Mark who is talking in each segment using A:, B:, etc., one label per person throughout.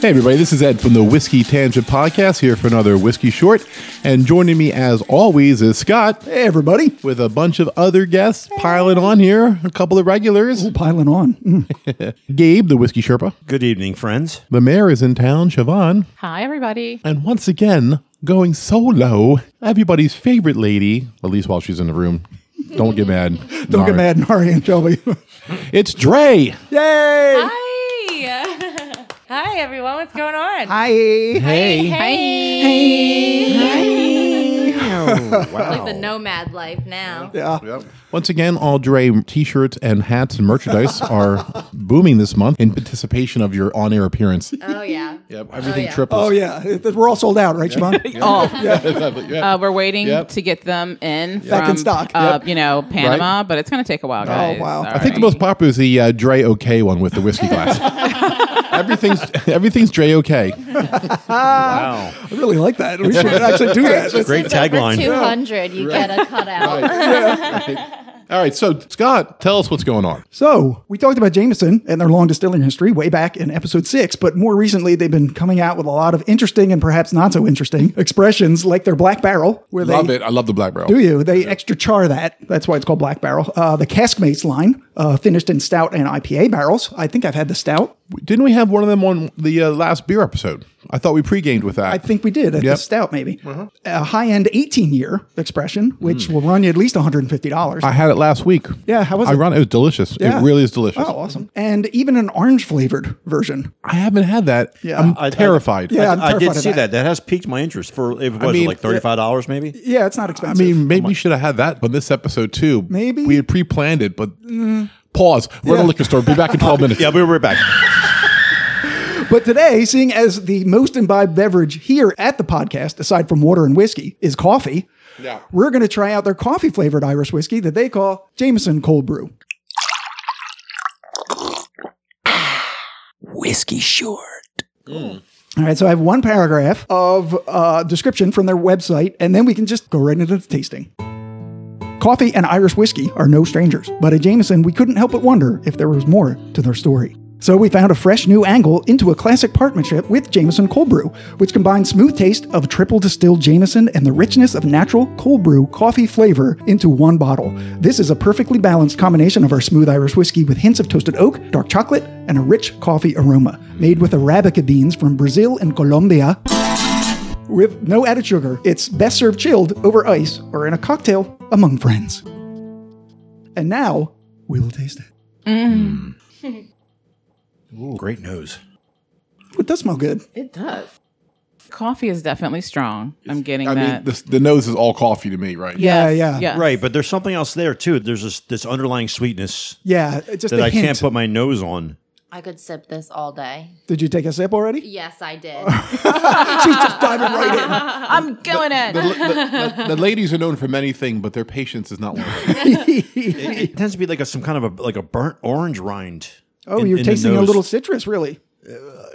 A: Hey, everybody, this is Ed from the Whiskey Tangent Podcast here for another Whiskey Short. And joining me, as always, is Scott. Hey, everybody. With a bunch of other guests piling on here, a couple of regulars.
B: piling on. Mm.
A: Gabe, the Whiskey Sherpa.
C: Good evening, friends.
A: The mayor is in town, Siobhan.
D: Hi, everybody.
A: And once again, going solo, everybody's favorite lady, at least while she's in the room. Don't get mad.
B: Don't get
A: Nari.
B: mad, Nari and Shelby.
A: It's Dre.
B: Yay!
D: Hi. Hi, everyone. What's going on?
B: Hi.
D: Hey.
C: Oh,
D: Like the nomad life now.
A: Once again, all Dre t-shirts and hats and merchandise are booming this month in anticipation of your on-air appearance.
D: Oh, yeah.
A: Yep, everything
D: yeah.
A: triples.
B: Oh yeah, It- it- we're all sold out, right, Siobhan?
E: Uh, we're waiting
A: Yep.
E: to get them in from,
B: Back in stock. Oh,
E: Uh, You know, Panama, but it's going to take a while, guys.
B: wow. I
A: I think the most
E: Sorry.
A: popular is the uh, Dre OK one with the whiskey glass. everything's everything's Dre OK.
B: I
C: wow.
B: really like that. We should actually do that. That's-
C: Great tagline.
D: Over 200, you get a cutout.
A: All right, so Scott, tell us what's going on.
B: So we talked about Jameson and their long distilling history way back in episode six, but more recently they've been coming out with a lot of interesting and perhaps not so interesting expressions, like their black barrel, where
A: Love
B: they
A: it. I love the black barrel.
B: Do you? They extra char that. That's why it's called Black Barrel. Uh, the Caskmates line, uh, finished in stout and IPA barrels. I think I've had the stout.
A: Didn't we have one of them on the uh, last beer episode? I thought we pre-gamed with that.
B: I think we did. That's
A: Yep.
B: the stout, maybe. A high end 18 year expression, which will run you at least $150.
A: Hmm. I had it last week.
B: Yeah, how was it?
A: Ironic. It was delicious.
B: Yeah.
A: It really is delicious.
B: oh, awesome. And even an orange flavored version.
A: I haven't had that.
B: Yeah.
A: I'm
C: I- I-
A: terrified.
B: Yeah, I'm
C: I did
B: terrified of
C: see
B: that.
C: that. That has piqued my interest for it was
A: mean,
C: like thirty-five dollars, maybe.
B: Yeah, it's not
A: I
B: expensive.
A: mean, maybe we should have had that on this episode too.
B: Maybe. Mm-hmm.
A: we had pre-planned it, but pause. We're at a
B: Yeah.
A: liquor store. Be back in twelve minutes.
C: Yeah, we'll be right back.
B: But today, seeing as the most imbibed beverage here at the podcast, aside from water and whiskey, is coffee,
A: Yeah.
B: we're going to try out their coffee flavored Irish whiskey that they call Jameson Cold Brew.
F: Whiskey Short.
B: All right, so I have one paragraph of uh, description from their website, and then we can just go right into the tasting. Coffee and Irish whiskey are no strangers, but at Jameson, we couldn't help but wonder if there was more to their story. So we found a fresh new angle into a classic partnership with Jameson Cold Brew, which combines smooth taste of triple distilled Jameson and the richness of natural cold brew coffee flavor into one bottle. This is a perfectly balanced combination of our smooth Irish whiskey with hints of toasted oak, dark chocolate, and a rich coffee aroma, made with arabica beans from Brazil and Colombia with no added sugar. It's best served chilled over ice or in a cocktail among friends. And now we will taste it.
C: great news.
B: It does smell good.
E: It does. Coffee is definitely strong. I'm getting
A: I mean,
E: that.
A: the, the nose is all coffee to me, right?
B: Yeah,
E: Yes,
B: yeah.
E: yes.
C: Right, but there's something else there too. There's this this underlying sweetness
B: Yeah, it- just
C: that
B: a
C: I
B: hint.
C: can't put my nose on.
D: I could sip this all day.
B: Did you take a sip already?
D: Yes, I did.
B: She's just diving right
E: I'm going in.
A: The, the- the- the ladies are known for many things, but their patience is not one of them.
B: in.
C: It, it tends to be like a some kind of a like a burnt orange rind.
B: oh,
C: in-
B: you're
C: in the
B: tasting a
C: nose.
B: little citrus, really.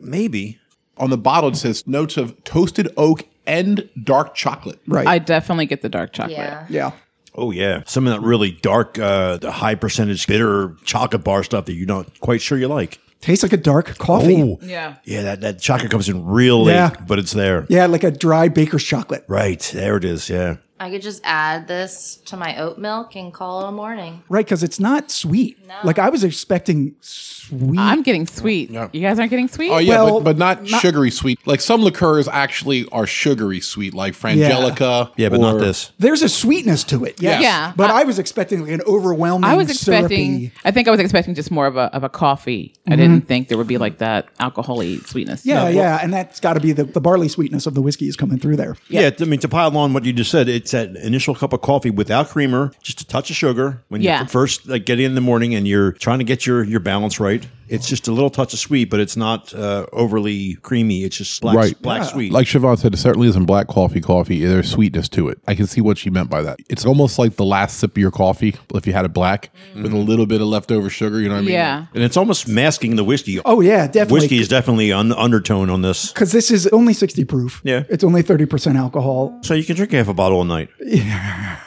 C: maybe.
A: On the bottle, it says notes of toasted oak and dark chocolate.
B: Right.
E: I definitely get the dark chocolate.
D: yeah.
B: yeah.
C: Oh yeah, some of that really dark, uh, the high percentage bitter chocolate bar stuff that you're not quite sure you like.
B: Tastes like a dark coffee.
C: Oh
E: Yeah.
C: yeah. That that chocolate comes in real late,
B: Yeah.
C: but it's there.
B: Yeah, like a dry baker's chocolate.
C: Right there it is. Yeah.
D: I could just add this to my oat milk and call it a morning.
B: Right, because it's not sweet. Like I was expecting sweet.
E: I'm getting sweet. You guys aren't getting sweet?
A: Oh yeah,
B: Well,
A: but, but not, sugary sweet. Like some liqueurs actually are sugary sweet, like Frangelica.
C: Yeah, but not
A: or-
C: this.
B: There's a sweetness to it. Yes.
E: Yeah.
B: But I, was expecting like an overwhelming.
E: I was expecting.
B: syrupy- Mm-hmm.
E: I think I was expecting just more of a of a coffee. I didn't think there would be like that alcohol-y sweetness.
B: Yeah, yeah, and that's got to be the, the barley sweetness of the whiskey is coming through there.
C: Yeah. I mean to pile on what you just said, it's that initial cup of coffee without creamer, just a touch of sugar when you
E: Yeah.
C: f- first like get in the morning and you're trying to get your your balance right. It's just a little touch of sweet, but it's not uh, overly creamy. It's just black
A: Right.
C: black sweet.
A: Like Siobhan said, it certainly isn't black coffee coffee. There's sweetness to it. I can see what she meant by that. It's almost like the last sip of your coffee, if you had it black, with
B: Mm.
A: a little bit of leftover sugar, you know what I mean?
E: Yeah.
C: and it's almost masking the whiskey.
B: Oh yeah, definitely.
C: Whiskey is definitely an undertone on this.
B: because this is only sixty proof.
C: Yeah.
B: it's only thirty percent alcohol.
C: So you can drink half a bottle a night.
B: yeah,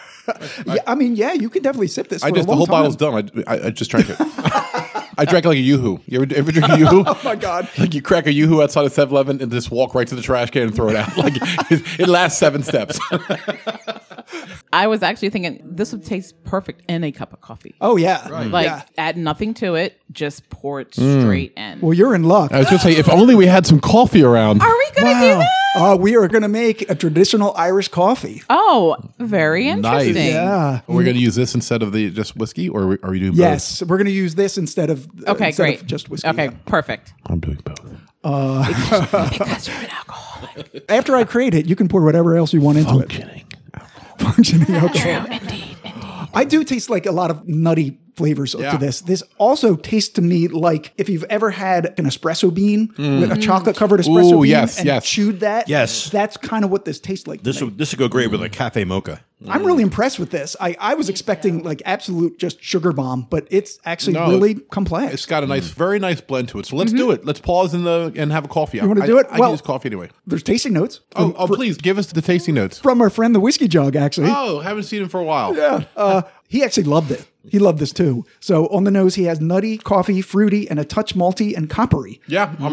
B: I mean, yeah, you can definitely sip this.
A: I
B: for
A: just,
B: a long
A: the whole
B: time.
A: bottle's done. I, I, I just drank it. I drank like a yoo-hoo. You ever, ever drink a yoo-hoo? oh
B: my God.
A: Like you crack a yoo-hoo outside of 7-Eleven and just walk right to the trash can and throw it out. Like it, it lasts seven steps.
E: I was actually thinking this would taste perfect in a cup of coffee.
B: Oh yeah.
E: Like
B: yeah.
E: add nothing to it, just pour it
A: Mm.
E: straight in.
B: Well, you're in luck.
A: I was going to say, if only we had some coffee around.
E: Are we gonna do that?
B: Uh, we are going to make a traditional Irish coffee.
E: Oh, very interesting.
B: Yeah.
A: We're going to use this instead of the just whiskey, or are we, are we doing
B: Yes, we're going to use this instead of uh,
E: Okay,
B: instead
E: great.
B: of just whiskey.
E: Okay,
B: yeah.
E: perfect.
A: both? I'm doing both.
E: Because you're an alcoholic.
B: After I create it, you can pour whatever else you want into
A: Functioning.
B: it. Functioning alcohol.
E: Indeed, indeed.
B: I do taste like a lot of nutty flavors
A: Yeah.
B: to this. This also tastes to me like if you've ever had an espresso bean with a
E: Mm.
B: chocolate covered espresso
A: Ooh,
B: bean
A: yes,
B: and
A: yes.
B: chewed that.
C: Yes.
B: That's kind of what this tastes like. to
C: This
B: me.
C: would this would go great with a cafe mocha.
B: I'm
A: Mm.
B: really impressed with this. I, I was expecting like absolute just sugar bomb, but it's actually
A: No,
B: really
A: It's
B: complex.
A: got a nice, very nice blend to it. So let's do it. Let's pause in the and have a coffee. You
B: Mm-hmm. wanna
A: I,
B: do it?
A: I
B: Well-
A: can use coffee anyway.
B: There's tasting notes.
A: Oh, oh, please give us the tasting notes.
B: From our friend the whiskey jug, actually.
A: Oh, haven't seen him for a while.
B: Uh, he actually loved it. He loved this too. So on the nose, he has nutty, coffee, fruity, and a touch malty and coppery.
A: Yeah, I'm.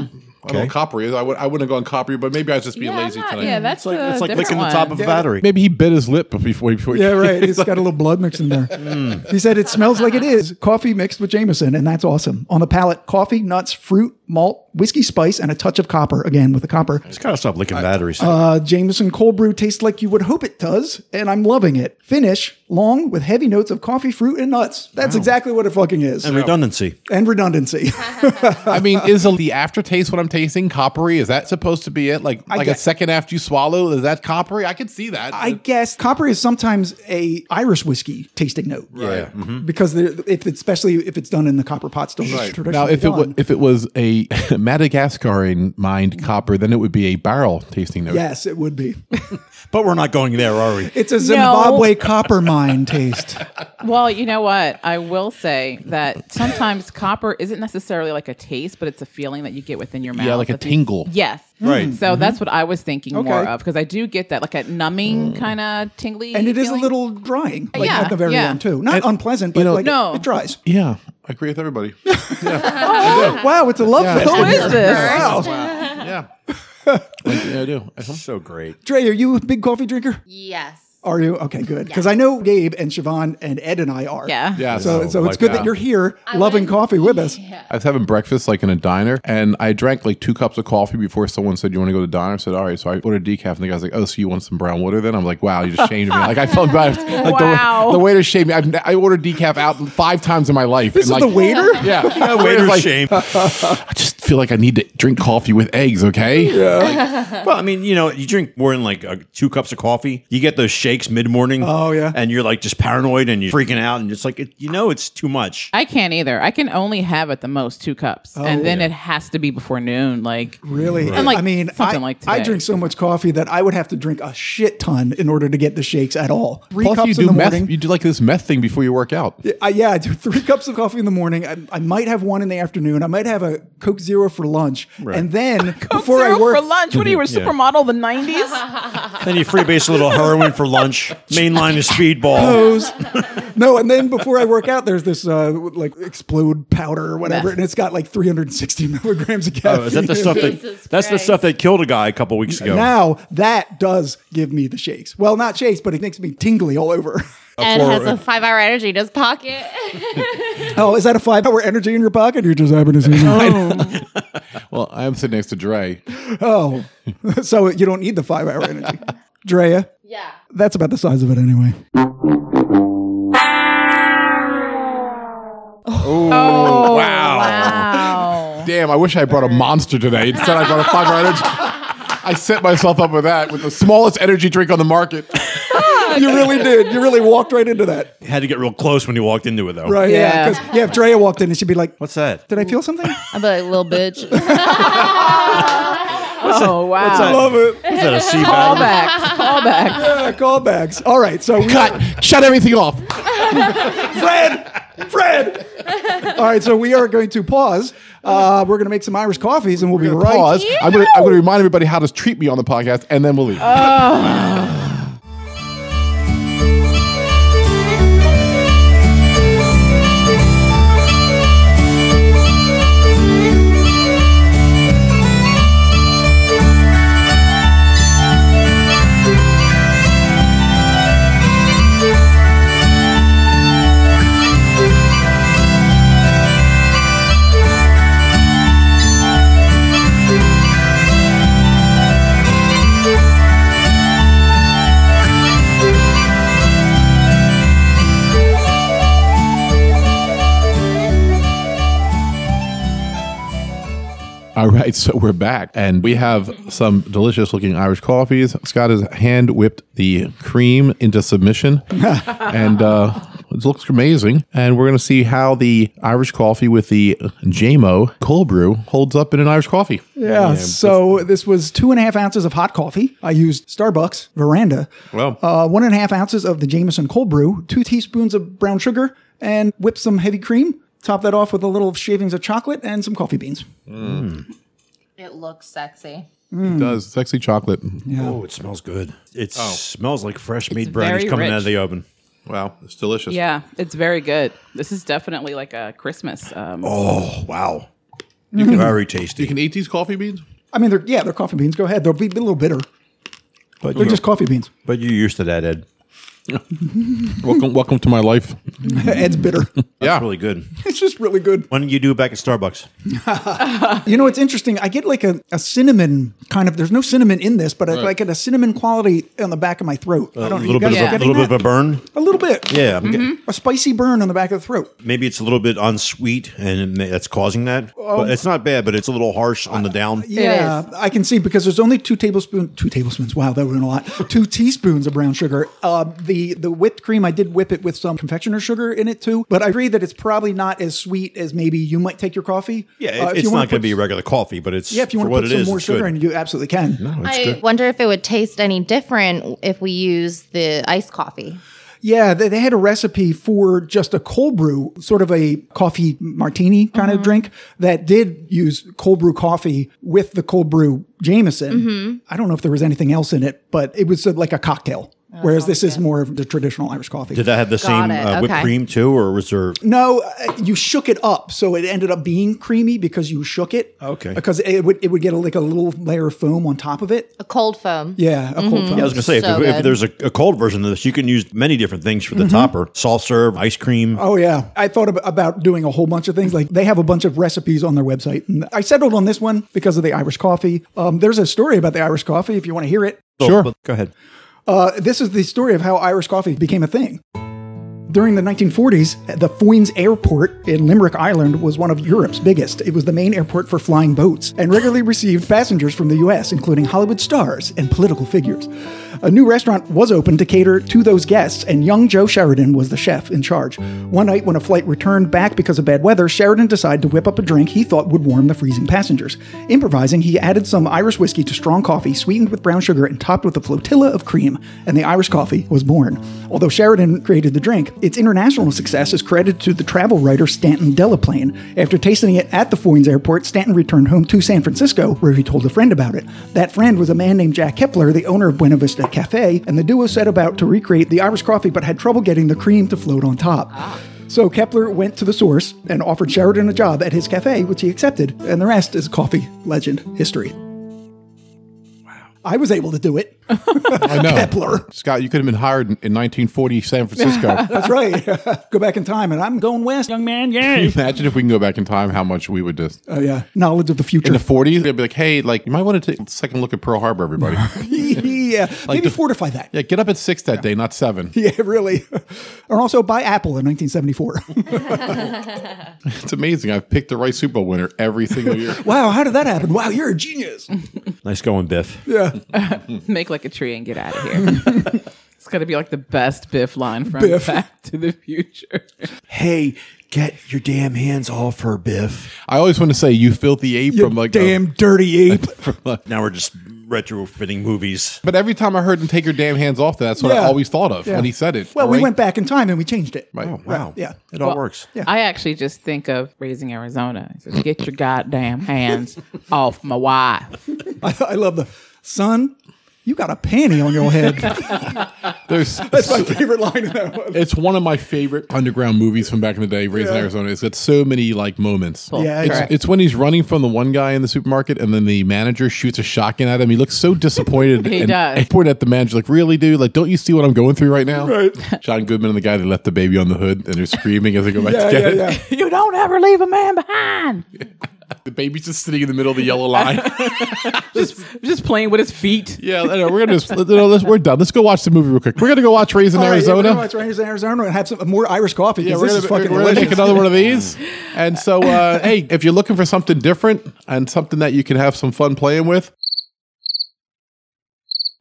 A: I'm on
C: Okay.
A: coppery. I would. I wouldn't have gone coppery, but maybe I was just being
E: Yeah, I'm
A: lazy
E: not-
A: tonight.
E: yeah, that's
C: It's like
E: a
C: it's like
E: Uh, different
C: licking the
E: one.
C: top of a battery.
A: Maybe he bit his lip before. before
B: Yeah, right. Hmm. It's got a little blood mixed in there. He said it smells like it is coffee mixed with Jameson, and that's awesome. On the palate, coffee, nuts, fruit, malt, whiskey spice, and a touch of copper. Again, with the copper.
C: It's gotta stop licking batteries.
B: Uh, Jameson cold brew tastes like you would hope it does, and I'm loving it. Finish long with heavy notes of coffee, fruit, and nuts. That's exactly what it fucking is.
C: and
B: And,
C: redundancy.
B: redundancy.
A: I mean, is the- the aftertaste what I'm tasting coppery? Is that supposed to be it? Like like a
B: guess-
A: second after you swallow, is that coppery? I could see that.
B: I guess copper is sometimes a Irish whiskey tasting note.
A: yeah. Mm-hmm.
B: Because they're- if it's, especially if it's done in the copper pot still
A: Right.
B: traditionally
A: Now, if it was
B: done.
A: if it was a Madagascarian mined copper, then it would be a barrel tasting note.
B: yes, it would be.
C: But we're not going there, are we?
B: It's a Zimbabwe copper mine taste.
E: Well, you know what? I will say that sometimes copper isn't necessarily like a taste, but it's a feeling that you get within your mouth.
A: Yeah, like a
E: If you-
A: tingle.
E: Yes.
C: Right.
E: So that's what I was thinking
B: Mm. Mm-hmm. Okay.
E: more of because I do get that like a numbing
A: Mm.
E: kind of tingly.
B: And it is a
E: feeling.
B: little drying, like
E: Yeah,
B: at the very
E: yeah.
B: end too. Not unpleasant, but
A: know-
B: like
E: No.
B: it dries.
A: Yeah, I agree with everybody.
B: Wow, it's a love
A: Yeah.
B: fest.
A: Who
B: in
E: is
B: here.
E: this?
A: Oh,
B: Wow.
A: yeah. I do. I do.
C: So great.
B: Dre, are you a big coffee drinker?
D: Yes.
B: Are you? Okay, good. Because I know Gabe and Siobhan and Ed and I are.
E: Yeah.
A: Yeah.
B: So, so it's good that you're here loving
D: went-
B: coffee with us.
A: I was having breakfast like in a diner, and I drank like two cups of coffee before someone said, "You want to go to the diner?" I said, "All right." So I ordered decaf, and the guy's like, "Oh, so you want some brown water?" Then I'm like, "Wow, you just shamed me!" Like I felt bad. Like
E: Wow.
A: the, the waiter shamed me. I've, I ordered decaf out five times in my life.
B: This is
A: and,
B: the
A: like,
B: waiter?
A: Yeah, The
C: Waiter
A: waiter's like,
C: shame.
A: I just feel like I need to drink coffee with eggs. Okay. Yeah.
C: Well, I mean, you know, you drink more than like uh, two cups of coffee. You get those shakes mid morning.
B: Oh, yeah.
C: and you're like just paranoid and you're freaking out and it's like it, you know it's too much.
E: I can't either. I can only have at the most two cups,
B: Oh.
E: and then it has to be before noon. Like
B: Really?
E: And like
B: I mean,
E: something
B: I,
E: like today.
B: I drink so much coffee that I would have to drink a shit ton in order to get the shakes at all. Three
A: Plus,
B: cups
A: you
B: in
A: do
B: the
A: meth.
B: morning.
A: You do like this meth thing before you work out.
B: I, yeah, I do three cups of coffee in the morning. I, I might have one in the afternoon. I might have a Coke Zero for lunch. And then before I
E: Syrup
B: work,
E: for lunch. What are you, a supermodel of the nineties?
C: then you freebase a little heroin for lunch. Mainline is speedball.
B: those- no, and then before I work out, there's this uh, like explode powder or whatever,
E: Meth.
B: and it's got like 360 milligrams of caffeine.
C: Oh, is that the stuff that?
D: Jesus
C: That's the
D: Christ.
C: stuff that killed a guy a couple weeks ago.
B: Now that does give me the shakes. Well, not shakes, but it makes me tingly all over.
D: Ed
C: for-
D: has a five hour energy in his pocket.
B: oh, is that a five hour energy in your pocket? You're just happen to see mine.
A: Well, I'm sitting next to Dre.
B: oh, so you don't need the five hour energy. Drea,
D: yeah.
B: that's about the size of it anyway.
E: Oh wow! Wow!
A: Damn, I wish I brought a monster today. Instead, I brought a five hour energy. I set myself up with that with the smallest energy drink on the market.
B: You really did. You really walked right into that.
C: Had to get real close when you walked into it though.
B: Right. Yeah.
E: Yeah.
B: 'cause- Yeah. If Drea walked in, and she'd be like,
C: What's that?
B: Did I feel something?
D: I'd be like, little bitch.
E: Oh wow!
C: What's that?
B: Love it.
C: Is that a sea
E: Call
C: bag?
E: back. Call back.
B: Yeah, callbacks. All right. So we got
A: Shut everything off.
B: Fred. Fred. All right. So we are going to pause. Uh, we're going to make some Irish coffees and we'll be right.
A: Pause. I'm going to remind everybody how to treat me on the podcast, and then we'll leave.
F: Thank you.
A: All right, so we're back, and we have some delicious looking Irish coffees. Scott has hand whipped the cream into submission, and uh, it looks amazing. And we're going to see how the Irish coffee with the JMO cold brew holds up in an Irish coffee.
B: Yeah. so this was two and a half ounces of hot coffee. I used Starbucks Veranda.
A: Wow.
B: Uh, one and a half ounces of the Jameson cold brew, two teaspoons of brown sugar, and whip some heavy cream. Top that off with a little shavings of chocolate and some coffee beans.
D: It looks sexy.
A: It does sexy chocolate.
C: Oh, it smells good. It smells like fresh
E: It's
C: made bread.
E: very
C: It's coming out
E: rich.
C: of the oven.
A: Wow, it's delicious.
E: Yeah, it's very good. This is definitely like a Christmas. Um,
C: Oh, wow. You can very tasty.
A: you can eat these coffee beans.
B: I mean, they're yeah, they're coffee beans. Go ahead. They'll be a little bitter.
C: but,
B: They're
C: you're,
B: just coffee beans.
C: but you're used to that, Ed.
A: Welcome, welcome to my life.
B: Ed's bitter.
A: Yeah,
C: It's really good.
B: it's just really good.
C: When you do it back at Starbucks,
B: You know, it's interesting. I get like a, a cinnamon kind of. There's no cinnamon in this, but I, I get a cinnamon quality on the back of my throat. I
C: a
B: don't. you
C: little, bit
B: guys
C: of,
E: Yeah.
C: a,
B: getting
C: little bit of
B: that? Mm-hmm.
C: a burn.
B: a little bit.
C: Yeah, I'm getting-
B: A spicy burn on the back of the throat.
C: maybe it's a little bit unsweet, and it may- that's causing that. but it's not bad, but it's a little harsh on the down.
B: Yeah,
E: is.
B: Uh, I can see because there's only two tablespoons. Two tablespoons. Wow, that would have been a lot. two teaspoons of brown sugar. Uh, the the whipped cream, I did whip it with some confectioner sugar in it too. But I agree that it's probably not as sweet as maybe you might take your coffee.
C: Yeah,
B: Uh,
C: it-
B: if
C: it's
B: you wanna
C: not going
B: put-
C: to be regular coffee, but it's
B: Yeah, if you
C: for
B: want to
C: what
B: put
C: it
B: some
C: is,
B: more
C: it's
B: sugar
C: good.
B: in, you absolutely can.
D: I wonder if it would taste any different if we used the iced coffee.
B: Yeah, they, they had a recipe for just a cold brew, sort of a coffee martini kind of drink that did use cold brew coffee with the cold brew Jameson. I don't know if there was anything else in it, but it was uh, like a cocktail. Whereas this is more of the traditional Irish coffee.
C: Did that have the
D: Got
C: same
D: it,
C: uh, whipped
D: okay.
C: cream too, or was there?
B: no, uh, you shook it up, so it ended up being creamy because you shook it.
C: Okay.
B: Because it would it would get a, like a little layer of foam on top of it.
D: A cold foam.
B: Yeah, a cold foam.
C: I was going to say, if,
D: So
C: if
D: good.
C: there's a, a cold version of this, you can use many different things for the
B: Mm-hmm.
C: topper: soft serve, ice cream.
B: Oh yeah, I thought ab- about doing a whole bunch of things. Like they have a bunch of recipes on their website, and I settled on this one because of the Irish coffee. Um, there's a story about the Irish coffee if you want to hear it.
A: sure.
C: But go ahead.
B: Uh, this is the story of how Irish coffee became a thing. During the 1940s, the Foynes Airport in Limerick, Ireland, was one of Europe's biggest. It was the main airport for flying boats and regularly received passengers from the US, including Hollywood stars and political figures. A new restaurant was opened to cater to those guests, and young Joe Sheridan was the chef in charge. One night, when a flight returned back because of bad weather, Sheridan decided to whip up a drink he thought would warm the freezing passengers. Improvising, he added some Irish whiskey to strong coffee, sweetened with brown sugar, and topped with a flotilla of cream, and the Irish coffee was born. Although Sheridan created the drink, its international success is credited to the travel writer Stanton Delaplane. After tasting it at the Foynes Airport, Stanton returned home to San Francisco, where he told a friend about it. That friend was a man named Jack Kepler, the owner of Buena Vista Cafe, and the duo set about to recreate the Irish coffee but had trouble getting the cream to float on top. So Kepler went to the source and offered Sheridan a job at his cafe, which he accepted, and the rest is coffee legend history. I was able to do it.
A: I know.
B: Kepler.
A: Scott, you could have been hired in, in 1940 San Francisco.
B: That's right. Go back in time, and I'm going west, young man. Yay.
A: Imagine if we can go back in time, how much we would just
B: Oh, yeah. Knowledge of the
A: in
B: future.
A: the 40s. They'd be like, hey, like you might want to take a second look at Pearl Harbor, everybody.
B: yeah. Maybe
A: the-
B: fortify that.
A: yeah, get up at six that day, not seven.
B: Yeah, really. Or also buy Apple in 1974.
A: It's amazing. I've picked the right Super Bowl winner every single year.
B: wow, how did that happen? Wow, you're a genius.
C: Nice going, Biff.
B: Yeah,
E: Make like a tree and get out of here. it's got to be like the best Biff line from
B: Biff.
E: Back to the Future.
C: Hey, get your damn hands off her, Biff.
A: I always want to say, you filthy ape
B: you
A: from like. uh, a-
B: damn dirty ape.
C: Now we're just retrofitting movies.
A: but every time I heard him take your damn hands off, that's what I
B: Yeah.
A: always thought of
B: Yeah.
A: when he said it.
B: Well, we
A: Right?
B: went back in time and we changed it.
A: Right.
C: Wow.
B: Yeah.
C: It all works.
E: I actually just think of raising Arizona. It says, Get your goddamn hands off my wife.
B: I, I love the son. You got a panty on your head.
A: There's,
B: That's my favorite line in that one.
A: it's one of my favorite underground movies from back in the day, Raising Arizona. It's got so many like moments.
B: Yeah,
A: It's,
B: Correct.
A: it's when he's running from the one guy in the supermarket, and then the manager shoots a shotgun at him. He looks so disappointed.
E: He
A: and,
E: does.
A: And pointed at the manager, like, "Really, dude? Like, don't you see what I'm going through right now?" Right. John Goodman and the guy that left the baby on the hood, and they're screaming as they go back
B: Yeah,
A: to get
B: yeah,
A: it.
B: yeah.
E: you don't ever leave a man behind.
A: baby's just sitting in the middle of the yellow line.
E: Just playing with his feet.
A: yeah, I know, we're gonna just you know, let's, we're done. Let's go watch the movie real quick. We're gonna go watch Raising
B: All right, yeah, we're
A: Arizona.
B: gonna watch Raiders in Arizona and have some more Irish coffee.
A: yeah,
B: 'cause
A: we're gonna,
B: this is fucking
A: we're gonna make
B: delicious.
A: another one of these. And so, uh, hey, if you're looking for something different and something that you can have some fun playing with.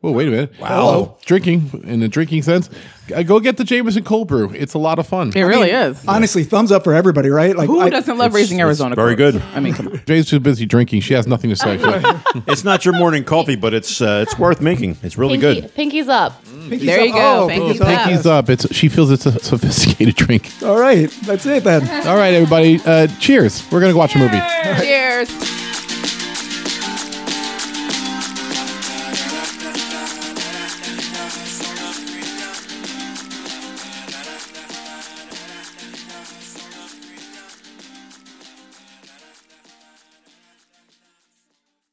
A: Well, wait a minute. Wow. Drinking, in the drinking sense, uh, go get the Jameson cold brew. It's a lot of fun.
E: It really is.
B: Honestly, thumbs up for everybody, right? Like,
E: Who
B: I-
E: doesn't love raising Arizona?
C: very
E: Colts?
C: good.
E: I mean, come on.
A: Jay's too busy drinking. She has nothing to say.
C: It's not your morning coffee, but it's uh, it's worth making. It's really
D: Pinky,
C: good.
D: Pinky's up.
B: Pinky's
E: There
B: up.
E: you go.
B: Oh,
E: Pinky's
B: boom.
E: up.
A: Pinky's up. It's she feels it's a sophisticated drink.
B: All right, that's it then.
A: All right, everybody. Uh, cheers. We're gonna go watch a movie.
E: Cheers.